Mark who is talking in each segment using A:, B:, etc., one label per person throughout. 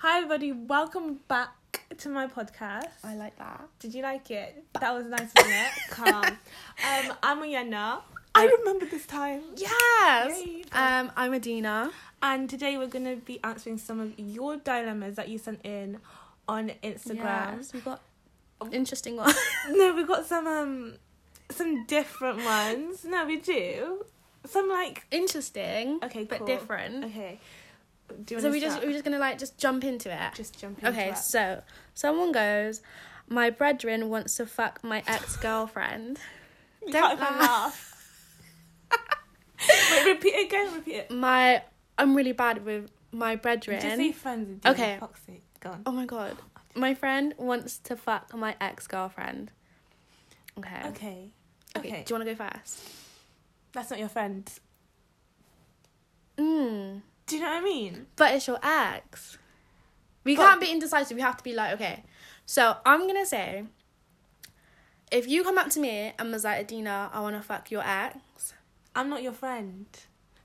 A: Hi, everybody. Welcome back to my podcast.
B: I like that.
A: Did you like it? That was nice, wasn't it? Calm. Um, I'm Ayenna.
B: I remember this time. Yes.
A: Yay.
B: Um, I'm Adina.
A: Uh, And today we're going to be answering some of your dilemmas that you sent in on Instagram.
B: we got interesting one.
A: No, we got some um some different ones. No, we do. Some like
B: interesting.
A: Okay,
B: but
A: cool.
B: different.
A: okay. Do you
B: So
A: want
B: we
A: to
B: just we're just gonna like just jump into it.
A: just jump into
B: okay,
A: it.
B: so someone goes, my brethren wants to fuck my ex girlfriend.
A: You
B: don't
A: can't even laugh. Wait, repeat it again. Repeat it.
B: My I'm really bad with my brethren.
A: Just say friends. Adina,
B: Okay.
A: fuck's sake. Go on.
B: oh my god, my friend wants to fuck my ex girlfriend. Okay.
A: Okay.
B: Okay,
A: Okay.
B: Do you want to go first?
A: That's not your friend.
B: Mm.
A: Do you know what I mean?
B: But it's your ex. We
A: But-
B: can't be indecisive. We have to be like, okay. So I'm gonna say, if you come up to me and was like, Adina, I wanna fuck your ex,
A: I'm not your friend.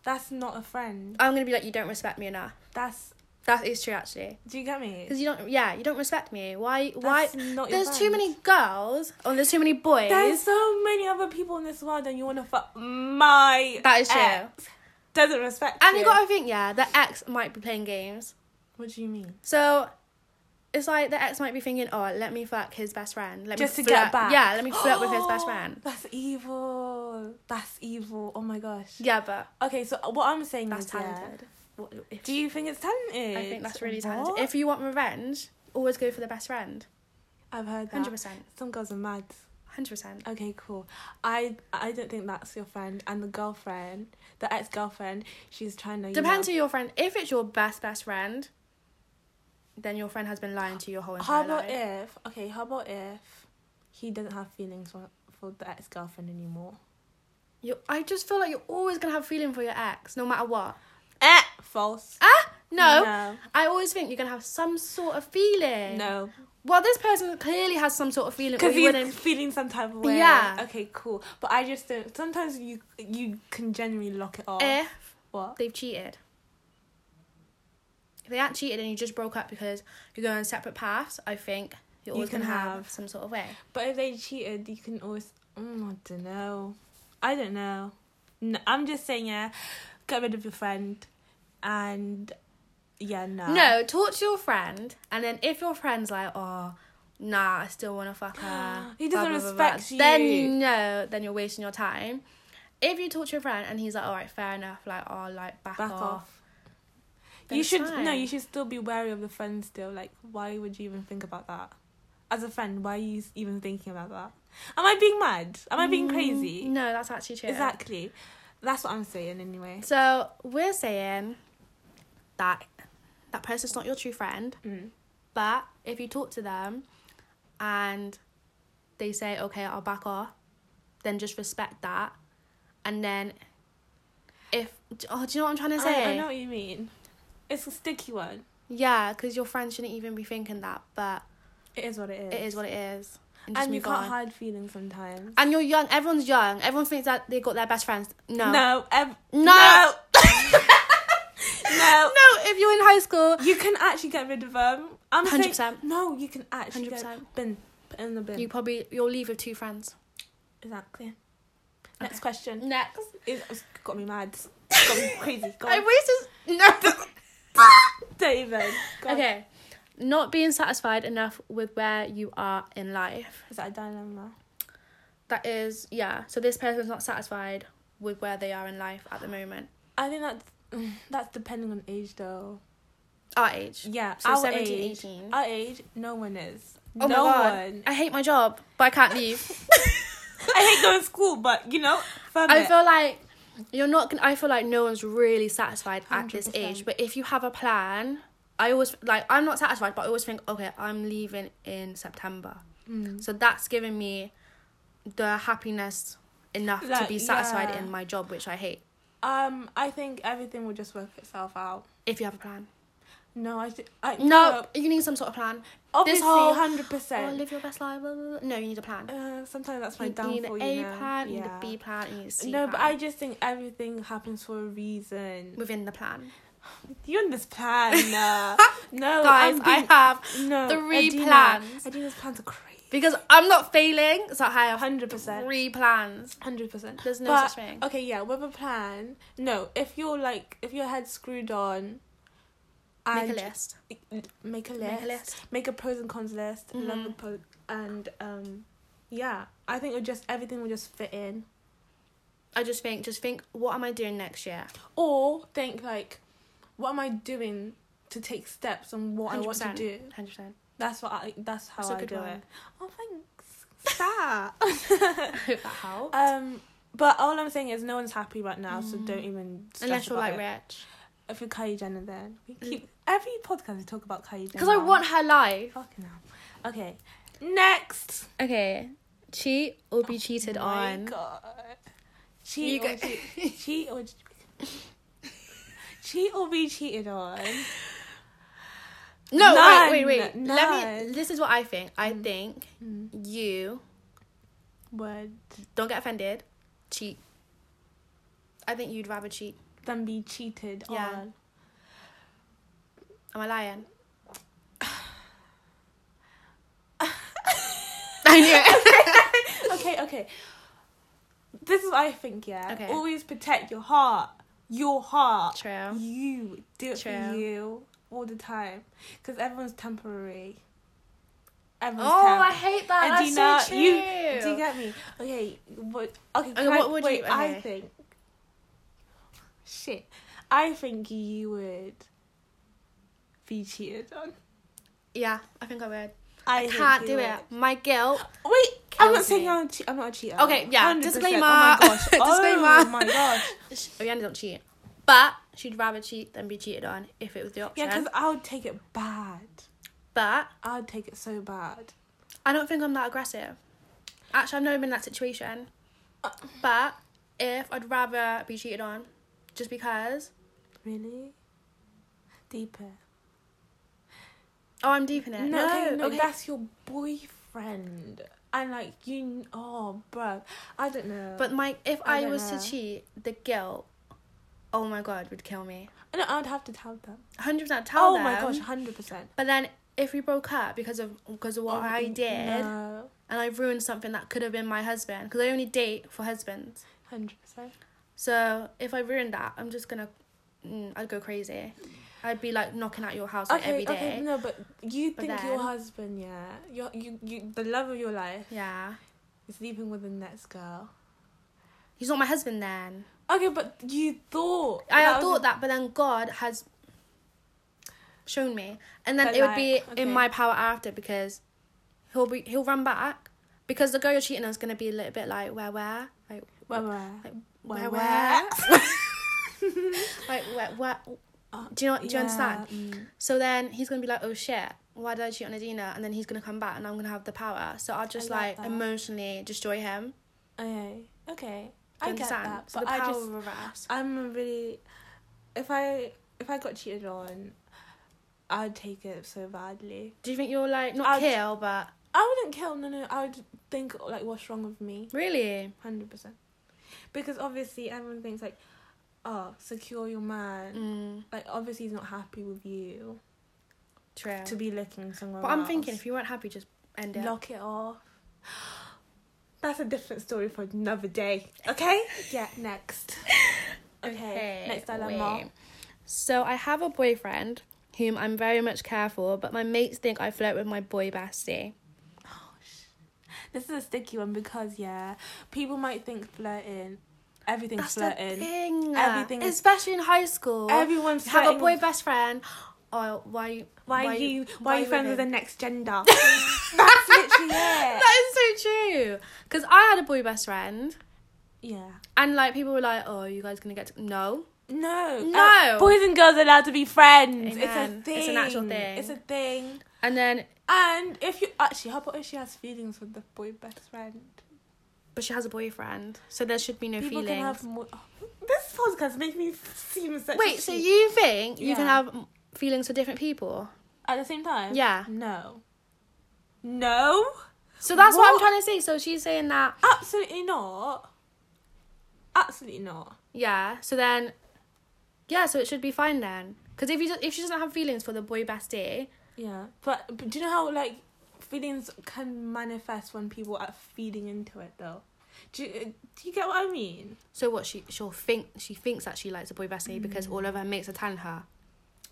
A: That's not a friend.
B: I'm gonna be like, you don't respect me enough.
A: That's.
B: That is true, actually.
A: Do you get me?
B: Because you don't, yeah, you don't respect me. Why? Why?
A: That's not your
B: There's too
A: friend.
B: many girls, or there's too many boys.
A: There's so many other people in this world, and you want to fuck my.
B: That is true.
A: ex. Doesn't respect.
B: and you gotta think, yeah, the ex might be playing games.
A: What do you mean?
B: So it's like the ex might be thinking, oh, let me fuck his best friend. Let
A: Just
B: me
A: to get
B: flirt-
A: back.
B: Yeah, let me flirt with his best friend.
A: That's evil. That's evil. Oh my gosh.
B: Yeah, but
A: Okay, so uh, what I'm saying
B: That's
A: is, yeah.
B: talented. What, if,
A: Do you think it's talented?
B: I think that's really
A: What?
B: talented. If you want revenge, always go for the best friend.
A: I've heard that.
B: Hundred percent.
A: Some girls are mad.
B: Hundred percent.
A: Okay, cool. I I don't think that's your friend and the girlfriend, the ex girlfriend. She's trying to. you
B: Depends
A: know-
B: who your friend. If it's your best best friend, then your friend has been lying to you your whole entire
A: How about
B: life.
A: if okay? How about if he doesn't have feelings for for the ex girlfriend anymore?
B: You, I just feel like you're always gonna have feeling for your ex, no matter what.
A: Eh, false.
B: Ah, no.
A: no,
B: I always think you're gonna have some sort of feeling.
A: no.
B: Well, this person clearly has some sort of feeling.
A: because he's
B: Because wouldn't.
A: feeling some type of way.
B: Yeah.
A: Okay, cool. But I just don't. Sometimes you you can genuinely lock it off.
B: If
A: What?
B: they've cheated. If they aren't cheated and you just broke up because you're going on separate paths, I think you're
A: You
B: always
A: can
B: gonna have,
A: have-
B: some sort of way.
A: But if they cheated, you can always. Mm, I don't know. I don't know. No, I'm just saying. Yeah, get rid of your friend, and yeah, no.
B: No, talk to your friend, and then if your friend's like, "Oh, nah, I still want to fuck her,"
A: He doesn't respect
B: Then
A: you.
B: you know, then you're wasting your time. If you talk to your friend and he's like, "All right, fair enough," like, "Oh, like back,
A: back
B: off,",
A: off.
B: then
A: you
B: it's
A: should no.
B: fine.
A: You should still be wary of the friend. Still, like, why would you even think about that? As a friend, why are you s- even thinking about that? Am I being mad? Am I being
B: Mm,
A: crazy?
B: No, that's actually true.
A: Exactly. That's what I'm saying anyway.
B: So we're saying that that person's not your true friend,
A: Mm.
B: but if you talk to them and they say, okay, I'll back off, then just respect that. And then if, oh, do you know what I'm trying to say?
A: I, I know what you mean. It's a sticky one.
B: Yeah, because your friend shouldn't even be thinking that, but
A: It is what it is.
B: it is what it is. And just
A: And you
B: move
A: can't
B: on.
A: hide feelings sometimes.
B: and you're young, everyone's young, everyone thinks that they got their best friends. No.
A: No. ev-
B: No.
A: No.
B: No,
A: no.
B: if you're in high school,
A: You can actually get rid of them. I'm saying
B: 100%.
A: no. You can actually get
B: 100%.
A: bin put in the bin.
B: You probably, you'll leave with two friends.
A: Exactly. Next question.
B: Next.
A: It, it's got me mad. It's got me crazy. Go
B: I
A: on.
B: wasted. No.
A: David. Go on.
B: Okay. Not being satisfied enough with where you are in life.
A: Is that a dilemma?
B: That is, yeah. So this person's not satisfied with where they are in life at the moment.
A: I think that's that's depending on age though.
B: Our age.
A: Yeah.
B: So
A: our
B: 17,
A: age.
B: 18.
A: Our age, no one is.
B: Oh
A: no
B: my God.
A: one.
B: I hate my job, but I can't leave.
A: I hate going to school, but you know, firm
B: I
A: it.
B: feel like you're not gonna, I feel like no one's really satisfied at this
A: 100%.
B: age. But if you have a plan, I always, like, I'm not satisfied, but I always think, okay, I'm leaving in September.
A: Mm.
B: So that's given me the happiness enough to
A: Like,
B: be satisfied
A: yeah.
B: in my job, which I hate.
A: Um, I think everything will just work itself out.
B: If you have a plan.
A: No, I, th- I
B: No, you need some sort of plan.
A: obviously,
B: whole-
A: hundred
B: Oh,
A: percent.
B: live your best life. Blah, blah, blah. No, you need a plan.
A: Uh, sometimes that's my
B: you, you need
A: downfall.
B: an
A: You,
B: A
A: know?
B: plan, you need a
A: Yeah.
B: B plan, you need a C
A: No,
B: plan.
A: but I just think everything happens for a reason.
B: Within the plan.
A: You and this plan? No, no,
B: Guys,
A: Oh, I'm
B: I
A: being-
B: have
A: no,
B: three
A: Adina-
B: plans.
A: Adina's plans are crazy.
B: because I'm not failing, so I have
A: Hundred percent.
B: three plans.
A: Hundred percent.
B: There's no
A: But-
B: such thing.
A: Okay, yeah, with a plan. No, if you're like, if your head's screwed on,
B: Make a
A: and
B: list.
A: Make a list.
B: Make a list.
A: make a pros and cons list
B: Mhm.
A: love the pro- and um yeah i think it would just everything would just fit in
B: I just think, just think, what am I doing next year?
A: or think like what am i doing to take steps on what i want to
B: 100%.
A: do
B: Hundred percent.
A: that's what i that's how
B: That's a
A: i
B: good
A: do
B: one.
A: it oh thanks Stop.
B: I hope that helps.
A: um but all i'm saying is no one's happy right now so
B: Mm.
A: don't even stress
B: Unless you're
A: about
B: like
A: it.
B: rich,
A: if you're kylie jenner then we
B: Mm.
A: keep every podcast we talk about kylie jenner
B: because I want her life.
A: fucking hell okay next
B: Okay, cheat or be cheated
A: Oh my
B: on.
A: God.
B: You
A: Cheat, or
B: go-
A: cheat, cheat or cheat or be cheated on.
B: No,
A: None.
B: wait, wait, wait. Let me.
A: None.
B: This is what I think. I
A: Mm.
B: think
A: Mm.
B: you
A: Word.
B: don't get offended. Cheat. I think you'd rather cheat.
A: Than be cheated
B: Yeah.
A: on.
B: Am I lying? I knew it.
A: Okay, okay. This is what I think, yeah.
B: Okay.
A: Always protect your heart. Your heart.
B: True.
A: You. Do it for
B: True.
A: you all the time. Because everyone's temporary. Everyone's
B: Oh,
A: temp-
B: I hate that.
A: Adina,
B: That's so true.
A: you do you get me? Okay, what? Okay, can
B: what
A: I,
B: would you-
A: wait, I
B: okay.
A: think. Shit, I think you would be cheated on.
B: yeah, I think I would.
A: I
B: I
A: think
B: can't
A: you
B: do
A: would.
B: it. My guilt.
A: Wait, I'm not
B: Kills
A: saying
B: me.
A: I'm, a che- I'm not a cheater.
B: Okay, yeah,
A: 100%.
B: disclaimer.
A: Oh my gosh. Oh
B: Disclaimer.
A: my gosh.
B: Rihanna Oh, don't cheat, but she'd rather cheat than be cheated on if it was the
A: Yeah,
B: option.
A: because I would take it bad.
B: but
A: I would take it so bad.
B: I don't think I'm that aggressive. Actually, I've never been in that situation.
A: Uh.
B: But if I'd rather be cheated on, just because.
A: Really? Deeper.
B: Oh, I'm deep in it.
A: No,
B: No,
A: okay, no,
B: okay.
A: that's your boyfriend. And like you, oh, bruh, I don't know.
B: But my, if
A: I
B: I,
A: don't
B: was
A: know.
B: to cheat, the guilt, oh my god, would kill me.
A: no, I'd have to tell them.
B: Hundred percent. Tell
A: oh
B: them.
A: my gosh, hundred percent.
B: But then, if we broke up because of because of what
A: Oh,
B: I
A: n-
B: did,
A: No,
B: and I ruined something that could have been my husband, because I only date for husbands.
A: hundred percent.
B: So if I ruined that, I'm just gonna, mm, I'd go crazy. I'd be like knocking at your house like,
A: Okay,
B: every day.
A: okay, no, but you
B: But
A: think your
B: then-
A: husband, yeah, your you you the love of your life
B: Yeah.
A: is sleeping with the next girl.
B: He's not my husband then.
A: Okay, but you thought
B: I
A: was-
B: thought that, but then God has shown me, and then
A: But
B: it would be
A: like, okay.
B: in my power after because he'll be he'll run back because the girl you're cheating on is gonna be a little bit like where where like
A: Where where
B: Like,
A: where
B: where
A: where?
B: where like where where.
A: Uh,
B: Do you know? Do you
A: Yeah,
B: understand?
A: mm.
B: So then he's gonna be like, oh shit, why did I cheat on Adina? And then he's gonna come back, and I'm gonna have the power. So I'll just
A: like
B: like,
A: that.
B: emotionally destroy him.
A: Okay, okay,
B: Do
A: I
B: you
A: get
B: understand?
A: that,
B: so
A: but
B: the
A: I
B: power
A: just
B: reverse.
A: I'm a really if I if I got cheated on, I'd take it so badly.
B: Do you think you're like not
A: I'd-
B: kill, but
A: I wouldn't kill. No, no. I would think like, what's wrong with me?
B: really?
A: Hundred percent. Because obviously everyone thinks like, oh, secure your man.
B: Mm,
A: Like obviously he's not happy with you
B: true.
A: to be looking somewhere.
B: But I'm
A: else.
B: thinking if you weren't happy, just end it.
A: lock it off. That's a different story for another day. Okay. yeah. Next. Okay. next dilemma.
B: wait. So I have a boyfriend whom I'm very much care for, but my mates think I flirt with my boy bestie.
A: This is a sticky one because yeah, people might think flirting, everything's flirting.
B: the thing.
A: Everything is-
B: especially in high school.
A: Everyone's
B: You have a
A: flirting
B: boy best friend. Oh, why?
A: Why, are you why, are you
B: with
A: friends with the
B: him?
A: next gender? That's literally it.
B: That is so true. Because I had a boy best friend,
A: Yeah.
B: and like people were like, "Oh, are you guys gonna get to-" no."
A: No. Uh,
B: No.
A: boys and girls are allowed to be friends.
B: Amen.
A: It's a thing.
B: It's an actual thing.
A: It's a thing.
B: And then,
A: And if you actually, how about if she has feelings with the boy best friend?
B: but she has a boyfriend, so there should be no
A: People
B: feelings.
A: can have more. oh, this podcast makes me seem such. a
B: Wait, so
A: sheep.
B: you think you can
A: Yeah.
B: have m- feelings for different people?
A: at the same time?
B: Yeah.
A: No. No.
B: So that's what,
A: What?
B: I'm trying to say. So she's saying that,
A: Absolutely not. Absolutely not.
B: yeah. So then, yeah. So it should be fine then. Because if you do- if she doesn't have feelings for the boy bestie,
A: Yeah, but, but do you know how like feelings can manifest when people are feeding into it though? Do you, do you get what I mean?
B: so what she she'll think she thinks that she likes the boy bestie because all of her mates are telling her.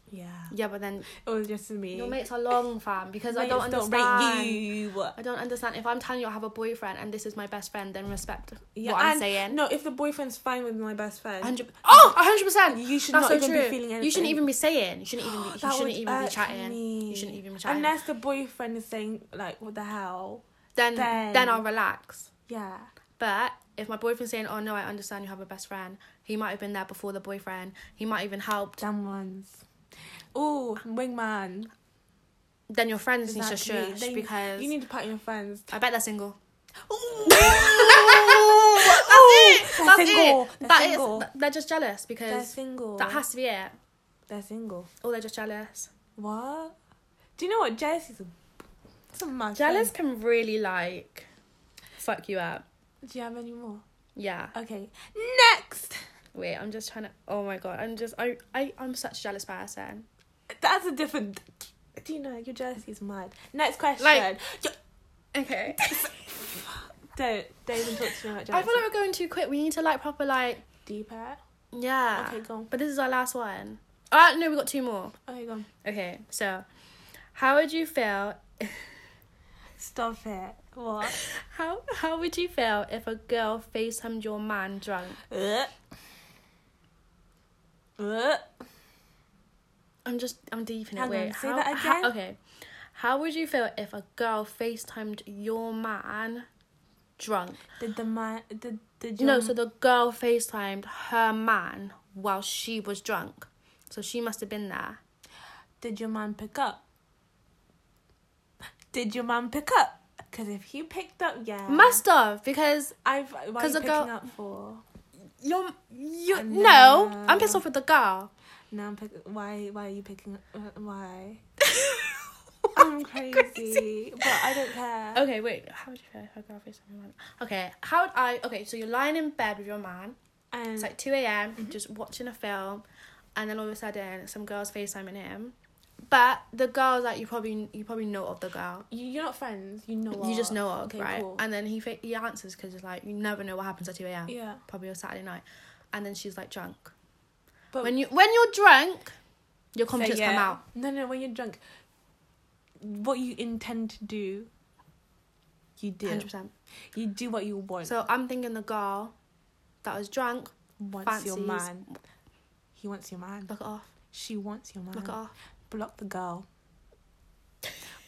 A: Yeah.
B: Yeah, but then
A: It was just me.
B: your mates are long, fam. Because I
A: Mates
B: don't understand.
A: rate you.
B: I don't understand. If I'm telling you I have a boyfriend and this is my best friend, then respect
A: Yeah,
B: what I'm
A: and-
B: saying.
A: No, if the boyfriend's fine with my best friend,
B: 100 Oh, 100%.
A: you should
B: That's
A: not
B: so
A: even
B: true.
A: be feeling anything.
B: You shouldn't even be saying. You shouldn't even be, you
A: That
B: shouldn't
A: would
B: even be
A: irk
B: chatting.
A: me.
B: You shouldn't even be chatting.
A: Unless the boyfriend is saying like, "What the hell?"
B: then,
A: then-
B: then I'll relax.
A: Yeah.
B: But if my boyfriend's saying, "Oh no, I understand you have a best friend," he might have been there before the boyfriend. He might even helped.
A: Damn ones. Oh, wingman.
B: Then your friends need
A: Exactly.
B: to shush
A: They-
B: because
A: You need to pat your friends.
B: I bet they're single.
A: Ooh.
B: That's
A: They're
B: it. That's
A: single.
B: it.
A: They're
B: That is-
A: single.
B: th- They're just jealous
A: They're
B: because
A: single.
B: that has to be it.
A: They're single.
B: Oh, they're just jealous.
A: What? Do you know what jealousy is? A, it's a mad
B: Jealous
A: thing.
B: can really like fuck you up.
A: Do you have any more?
B: Yeah.
A: Okay. Next.
B: Wait, I'm just trying to. Oh my god, I'm just. I. I. I'm such a jealous person.
A: That's a different. Do you know your jealousy is mad? Next question.
B: Like- Okay.
A: don't don't even talk to me about
B: I
A: jealousy.
B: feel like we're going too quick. We need to like proper like. Ah.
A: Deeper.
B: Yeah.
A: Okay, go on.
B: But this is our last one. Ah, no, we got two more.
A: Okay, go on.
B: Okay, so how would you feel?
A: Stop it. What?
B: How how would you feel if a girl facehumed your man drunk?
A: Uh. Uh.
B: I'm just I'm deep in it.
A: Hang
B: Wait,
A: on, say
B: how,
A: that
B: how-
A: again?
B: okay, how would you feel if a girl facetimed your man drunk?
A: Did the man? Did did
B: No, so the girl FaceTimed her man while she was drunk. So she must have been there.
A: Did your man pick up? Did your man pick up? Because if he picked up, yeah.
B: Must have, because
A: I've. Why are
B: 'Cause
A: you
B: the
A: picking
B: girl-
A: up for?
B: you're. you
A: I
B: no,
A: know.
B: I'm pissed off with the girl.
A: No, I'm pick- why? Why are you picking up? uh, Why?
B: Why
A: I'm
B: are you
A: crazy, but I don't care.
B: Okay, wait. How would you feel if a girl FaceTimed your man? Okay, how would I. Okay, so you're lying in bed with your man.
A: And
B: It's like 2 a.m.,
A: Mm-hmm.
B: just watching a film, and then all of a sudden, some girl's FaceTiming him. But the girl's like, you probably you probably know of the girl.
A: you, you're not friends. You know.
B: You just
A: her.
B: know of,
A: Okay,
B: right?
A: cool.
B: And then he fa- he answers because it's like, you never know what happens at 2 a.m.
A: yeah,
B: probably on Saturday night, and then she's like drunk.
A: but
B: when you when you're drunk, your
A: so
B: confidence come
A: Oh. yeah.
B: out.
A: No, no. When you're drunk, what you intend to do, you do.
B: Hundred percent.
A: You do what you want.
B: So I'm thinking the girl that was drunk,
A: wants your
B: fancies-
A: man. He wants your man.
B: look it off,
A: She wants your man.
B: look it off,
A: Block the girl.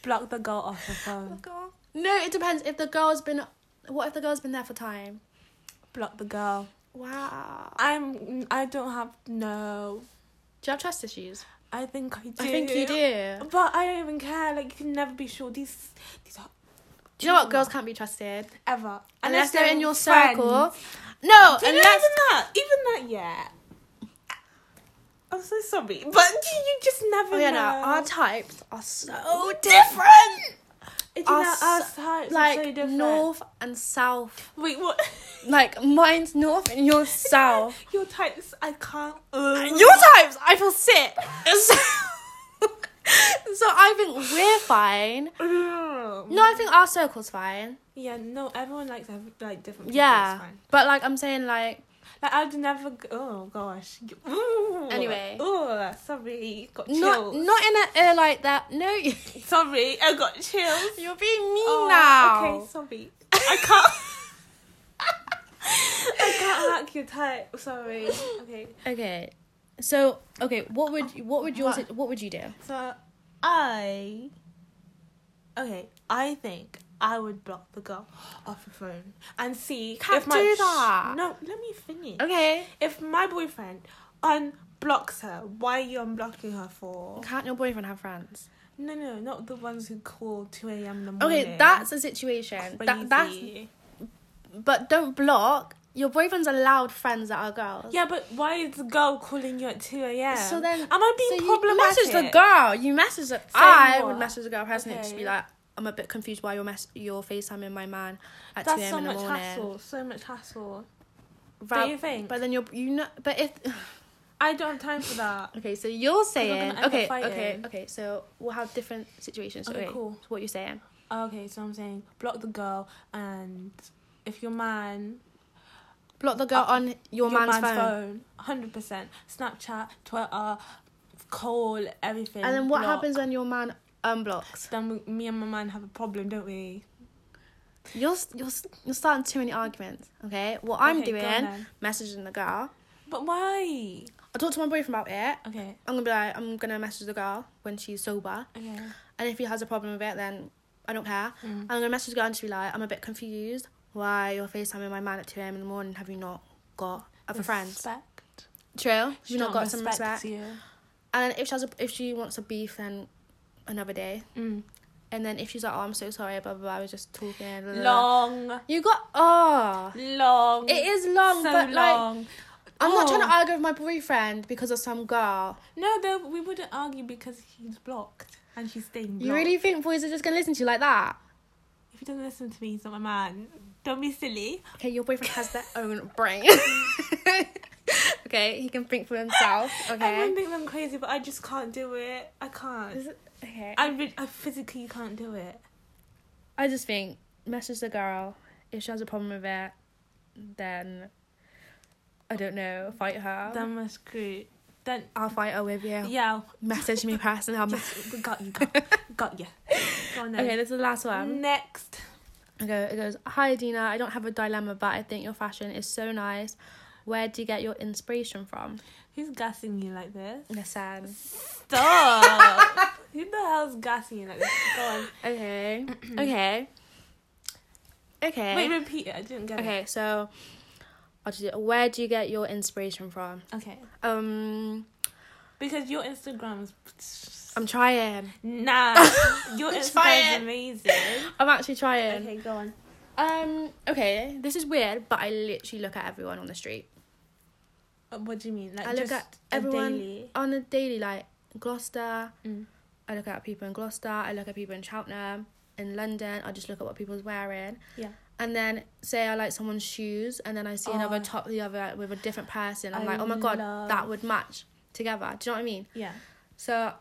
A: Block the girl off the phone.
B: look it off. No, it depends. If the girl's been, what if the girl's been there for time?
A: Block the girl.
B: Wow.
A: I'm. I don't have no.
B: Do you have trust issues?
A: I think I do.
B: I think you do.
A: But I don't even care. Like you can never be sure. These these are
B: Do you know what? Girls can't be trusted
A: ever
B: unless, they're in your
A: friends.
B: circle. No,
A: Do you know
B: unless
A: even that? Even that, yeah. I'm so sorry, but you, you just never
B: oh yeah,
A: know.
B: no, our types are so
A: different. Do you know,
B: Our
A: Our,
B: s-
A: types
B: like
A: are so different.
B: north and south.
A: Wait, what?
B: Like mine's north and yours south.
A: Your types, I can't. uh.
B: Your times, I feel sick. So, so I think we're fine. No, I think our circle's fine.
A: Mm. Yeah, no. Everyone likes to have like different. people,
B: Yeah,
A: it's fine.
B: but like I'm saying, like
A: Like I'd never. Go- oh gosh. Ooh.
B: Anyway.
A: Oh, sorry. Got chills.
B: not not in a uh, like that. No, you-
A: Sorry, I got chills.
B: you're being mean
A: Oh,
B: now.
A: Okay, sorry. I can't. I can't hack your type. Sorry. Okay.
B: Okay, so okay, what would you- what would yours
A: What?
B: what would you do?
A: So I okay, I think I would block the girl off the phone and see
B: Can't
A: if my
B: do that.
A: Shh, no, let me finish.
B: Okay,
A: If my boyfriend unblocks her, why are you unblocking her for?
B: can't your boyfriend have friends?
A: No, no, not the ones who call two a.m. in the morning.
B: Okay, that's a situation. That, that's
A: Crazy.
B: but don't block. Your boyfriend's allowed friends that are girls.
A: yeah, but why is the girl calling you at two a.m.?
B: So then,
A: am I being
B: so
A: problematic?
B: You message the girl. You message. The, I
A: what?
B: would message the girl personally just be
A: Okay.
B: like, I'm a bit confused why you're mess your FaceTiming my man at two
A: That's
B: a.m.
A: so
B: in the
A: much
B: morning.
A: hassle. So much hassle.
B: Ra-
A: you think?
B: But then you're you know. But if
A: I don't have time for that.
B: Okay, so you're
A: we're gonna
B: saying
A: end up
B: okay,
A: fighting.
B: okay, okay. So we'll have different situations.
A: Okay,
B: Okay,
A: cool.
B: So what you're saying?
A: Okay, so I'm saying block the girl, and if your man
B: Block the girl
A: Uh,
B: on your, man's, phone.
A: hundred percent. Snapchat, Twitter, call, everything.
B: and then what
A: block.
B: happens when your man unblocks?
A: Then we, me and my man have a problem, don't we?
B: You're s- you're s- you're starting too many arguments. Okay, what I'm
A: Okay, go on
B: doing,
A: then.
B: messaging the girl.
A: But why?
B: I talked to my boyfriend about it.
A: Okay,
B: I'm gonna be like, I'm gonna message the girl when she's sober,
A: okay.
B: and if he has a problem with it, then I don't care.
A: Mm.
B: I'm gonna message the girl and just be like, I'm a bit confused. Why you're FaceTiming my man at 2 a.m. in the morning? Have you not got other Uh, friends?
A: Respect.
B: True. Have you
A: Don't
B: not got some respect?
A: You.
B: And then if she has a, if she wants a beef, then another day.
A: Mm.
B: And then if she's like, oh, I'm so sorry, blah blah blah, I was just talking. Blah, blah, blah.
A: Long,
B: You got oh,
A: long.
B: it is long,
A: so
B: but like
A: long.
B: I'm not trying
A: Oh.
B: to argue with my boyfriend because of some girl.
A: no, though we wouldn't argue because he's blocked and he's staying blocked.
B: You really think boys are just gonna listen to you like that?
A: If he doesn't listen to me, he's not my man. Don't be silly.
B: Okay, your boyfriend has their own brain. okay, he can think for himself.
A: Everyone
B: Okay.
A: thinks I'm crazy, but I just can't do it. I can't.
B: Is it- Okay.
A: I, re- I physically can't do it.
B: I just think message the girl. If she has a problem with it, then I don't know. Fight her.
A: Then we're screwed. Then
B: I'll fight her with you.
A: yeah,
B: Message me personally. I'll mess-
A: just, we got you, got, got you. Go on then.
B: okay, this is the last one.
A: Next.
B: Okay, it goes, Hi Dina, I don't have a dilemma, but I think your fashion is so nice. Where do you get your inspiration from?
A: Who's gassing you like this?
B: Listen.
A: Stop. Who the hell's gassing you like this? Go on.
B: Okay. okay. Okay.
A: Wait, repeat it. I didn't get
B: okay, so I'll just do it. where do you get your inspiration from?
A: it. Okay.
B: Um
A: Because your Instagram is.
B: I'm trying.
A: nah. Your
B: I'm
A: Instagram is
B: trying.
A: amazing.
B: I'm actually trying.
A: Okay, go on.
B: Um okay, this is weird, but I literally look at everyone on the street.
A: Uh, What do you mean? Like
B: I look
A: just
B: at
A: a
B: everyone
A: daily.
B: on a daily like Gloucester,
A: Mm.
B: I look at people in Gloucester, I look at people in Cheltenham, in London, I just look at what people's wearing.
A: Yeah.
B: And then say I like someone's shoes and then I see another
A: Oh.
B: top the other with a different person. I'm
A: I
B: like, oh my god,
A: love-
B: that would match together. Do you know what I mean?
A: Yeah.
B: So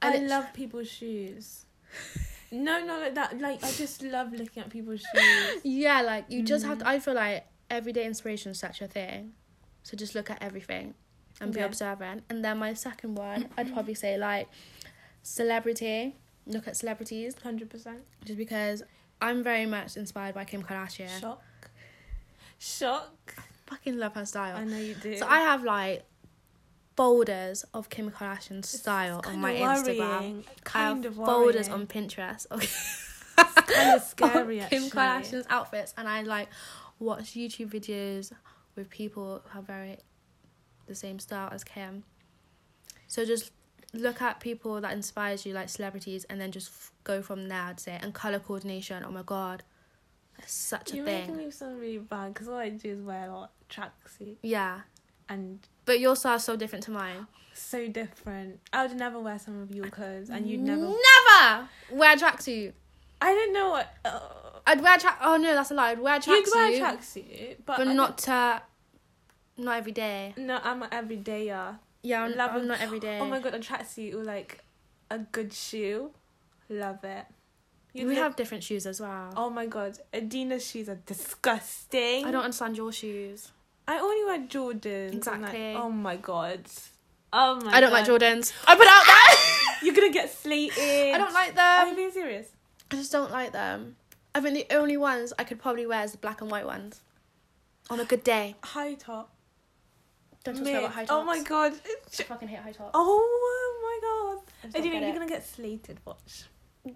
A: I,
B: lit-
A: love people's shoes. No, no, like that. Like I just love looking at people's shoes.
B: Yeah, like you just have
A: Mm.
B: to I feel like everyday inspiration is such a thing. So just look at everything and be
A: Okay.
B: observant. And then my second one,
A: Mm-hmm.
B: I'd probably say like celebrity. Look at celebrities.
A: Hundred percent.
B: just because I'm very much inspired by Kim Kardashian.
A: Shock. Shock.
B: Fucking love her
A: I
B: style.
A: know you do.
B: So I have like folders of Kim Kardashian's style on my Instagram. I have
A: Kind of
B: folders on
A: worrying.
B: Pinterest. Okay.
A: kind of scary.
B: Kim
A: actually.
B: Kardashian's outfits, and I like watch YouTube videos with people who have very the same style as Kim. So just look at people that inspires you, like celebrities, and then just f- go from there. I'd say and color coordination. Oh my god, that's such a
A: You're making
B: thing.
A: me sound really bad because all I do is wear like tracksuit
B: Yeah,
A: and
B: but your style's so different to mine.
A: so different. I would never wear some of your clothes, and you'd never.
B: never wear tracksuit.
A: I don't know what. Uh,
B: I'd wear track. Oh no, that's a lie. I'd wear tracksuit,
A: you'd wear tracksuit, but,
B: but
A: I-
B: not to, not every day.
A: No, I'm an everydayer.
B: Yeah, I'm,
A: Love
B: I'm
A: it.
B: not every day.
A: Oh my god, a tracksuit or like a good shoe. Love it. You
B: we
A: look-
B: have different shoes as well.
A: Oh my god, Adina's shoes are disgusting.
B: I don't understand your shoes.
A: I only wear Jordans. I'm like,
B: Exactly.
A: oh my god. Oh my.
B: I don't
A: god.
B: like Jordans. I put out that.
A: You're gonna get slated.
B: I don't like
A: Are you
B: them.
A: being serious?
B: I just don't like them. I think the only ones I could probably wear is the black and white ones. On a good day.
A: High top.
B: Don't talk
A: Mid.
B: about high tops.
A: Oh my god.
B: I fucking hate high tops.
A: Oh
B: I
A: my
B: just
A: god.
B: don't
A: Adina,
B: get
A: you're
B: it.
A: gonna get slated. Watch.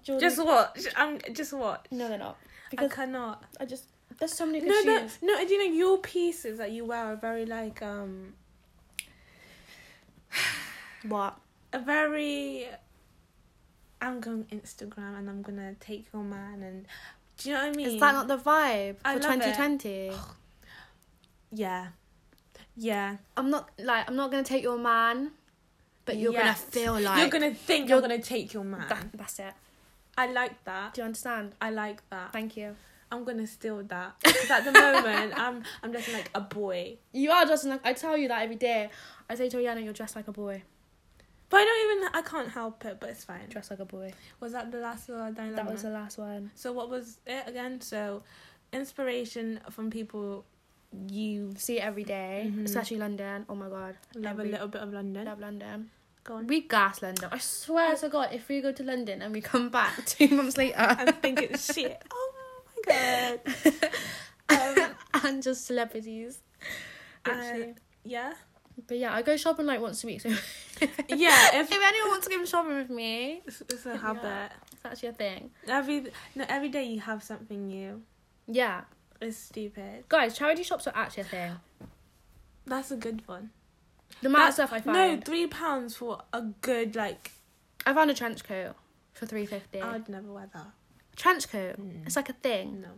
B: Jordans-
A: Just watch. I'm just watch.
B: no, they're not.
A: I
B: Because
A: cannot.
B: I just there's so many good
A: No, no,
B: shoes.
A: no. and You know, your pieces that you wear are very like um,
B: What?
A: a very. I'm going Instagram and I'm gonna take your man and, do you know what I mean?
B: Is that not the vibe
A: I
B: for
A: love it.
B: 2020?
A: Yeah, yeah.
B: I'm not like I'm not gonna take your man, but you're gonna
A: Yes.
B: feel like
A: you're gonna think you're,
B: you're-
A: gonna take your man.
B: That- that's it.
A: I like that.
B: Do you understand?
A: I like that.
B: Thank you.
A: I'm gonna steal that because at the moment I'm I'm dressing like a boy,
B: You are dressing like I tell you that every day. I say to Rihanna, you're dressed like a boy.
A: but I don't even I can't help it. But it's fine.
B: Dressed like a boy.
A: Was that the last little dilemma?
B: That was the last one.
A: So what was it again? So, inspiration from people you
B: See it every day,
A: Mhm.
B: especially London. Oh my god.
A: love a
B: Every-
A: little bit of London.
B: Love London.
A: Go on.
B: We gas London. I swear to God, if we go to London and we come back two months later
A: and think it's shit. Oh my god. Um,
B: and just celebrities.
A: Uh,
B: Literally.
A: yeah.
B: but yeah, I go shopping like once a week. So
A: Yeah. If
B: if anyone wants to go shopping with me,
A: it's, it's a habit.
B: if that's your thing.
A: Every no every day you have something new.
B: Yeah,
A: It's stupid.
B: guys, charity shops are actually a thing.
A: That's a good one.
B: The amount of
A: That-
B: stuff
A: No,
B: I find.
A: three pounds for a good like.
B: I found a trench coat for three fifty.
A: I'd never wear that.
B: trench coat.
A: Mm.
B: It's like a thing.
A: No.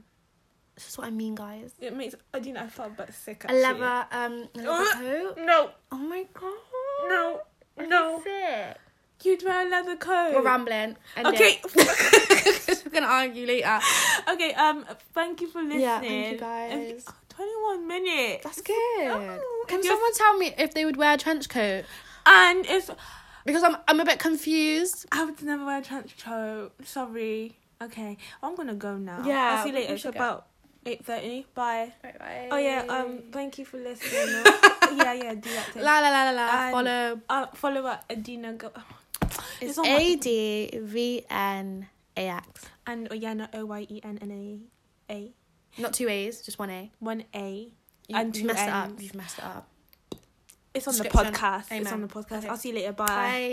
B: This is what I mean, guys.
A: It makes. I do you know. I felt but sick.
B: A
A: Actually.
B: leather, um, a leather
A: Ugh.
B: coat.
A: No.
B: Oh my god.
A: Uh, No.
B: I feel
A: No.
B: sick.
A: You'd wear a leather coat.
B: We're rambling. End it.
A: okay.
B: we're gonna argue later.
A: okay. Um. Thank you for listening.
B: Yeah, thank you
A: If-
B: guys.
A: oh, Twenty-one minutes.
B: That's good.
A: Oh,
B: Can
A: if you're-
B: someone tell me if they would wear a trench coat? Ah.
A: And it's
B: Because I'm I'm a bit confused.
A: I would never wear a trench coat. Sorry. Okay, I'm gonna go now.
B: Yeah,
A: I'll see you
B: we-
A: later.
B: we
A: It's
B: should go.
A: about eight thirty. Bye.
B: Right, right.
A: Oh yeah. Um. Thank you for listening. yeah, yeah. Do that. Thing.
B: La la la la la.
A: And-
B: follow.
A: uh, follow up Adina. Go-
B: It's
A: on my-
B: A D V N A X.
A: and Oyana O Y E N N A A
B: Not two A's, just one A.
A: one A.
B: You,
A: And
B: you
A: two
B: messed it
A: N's.
B: up. You've messed it up.
A: It's on the
B: Description.
A: podcast. It's
B: Amen.
A: on the podcast.
B: Okay.
A: I'll see you later.
B: Bye.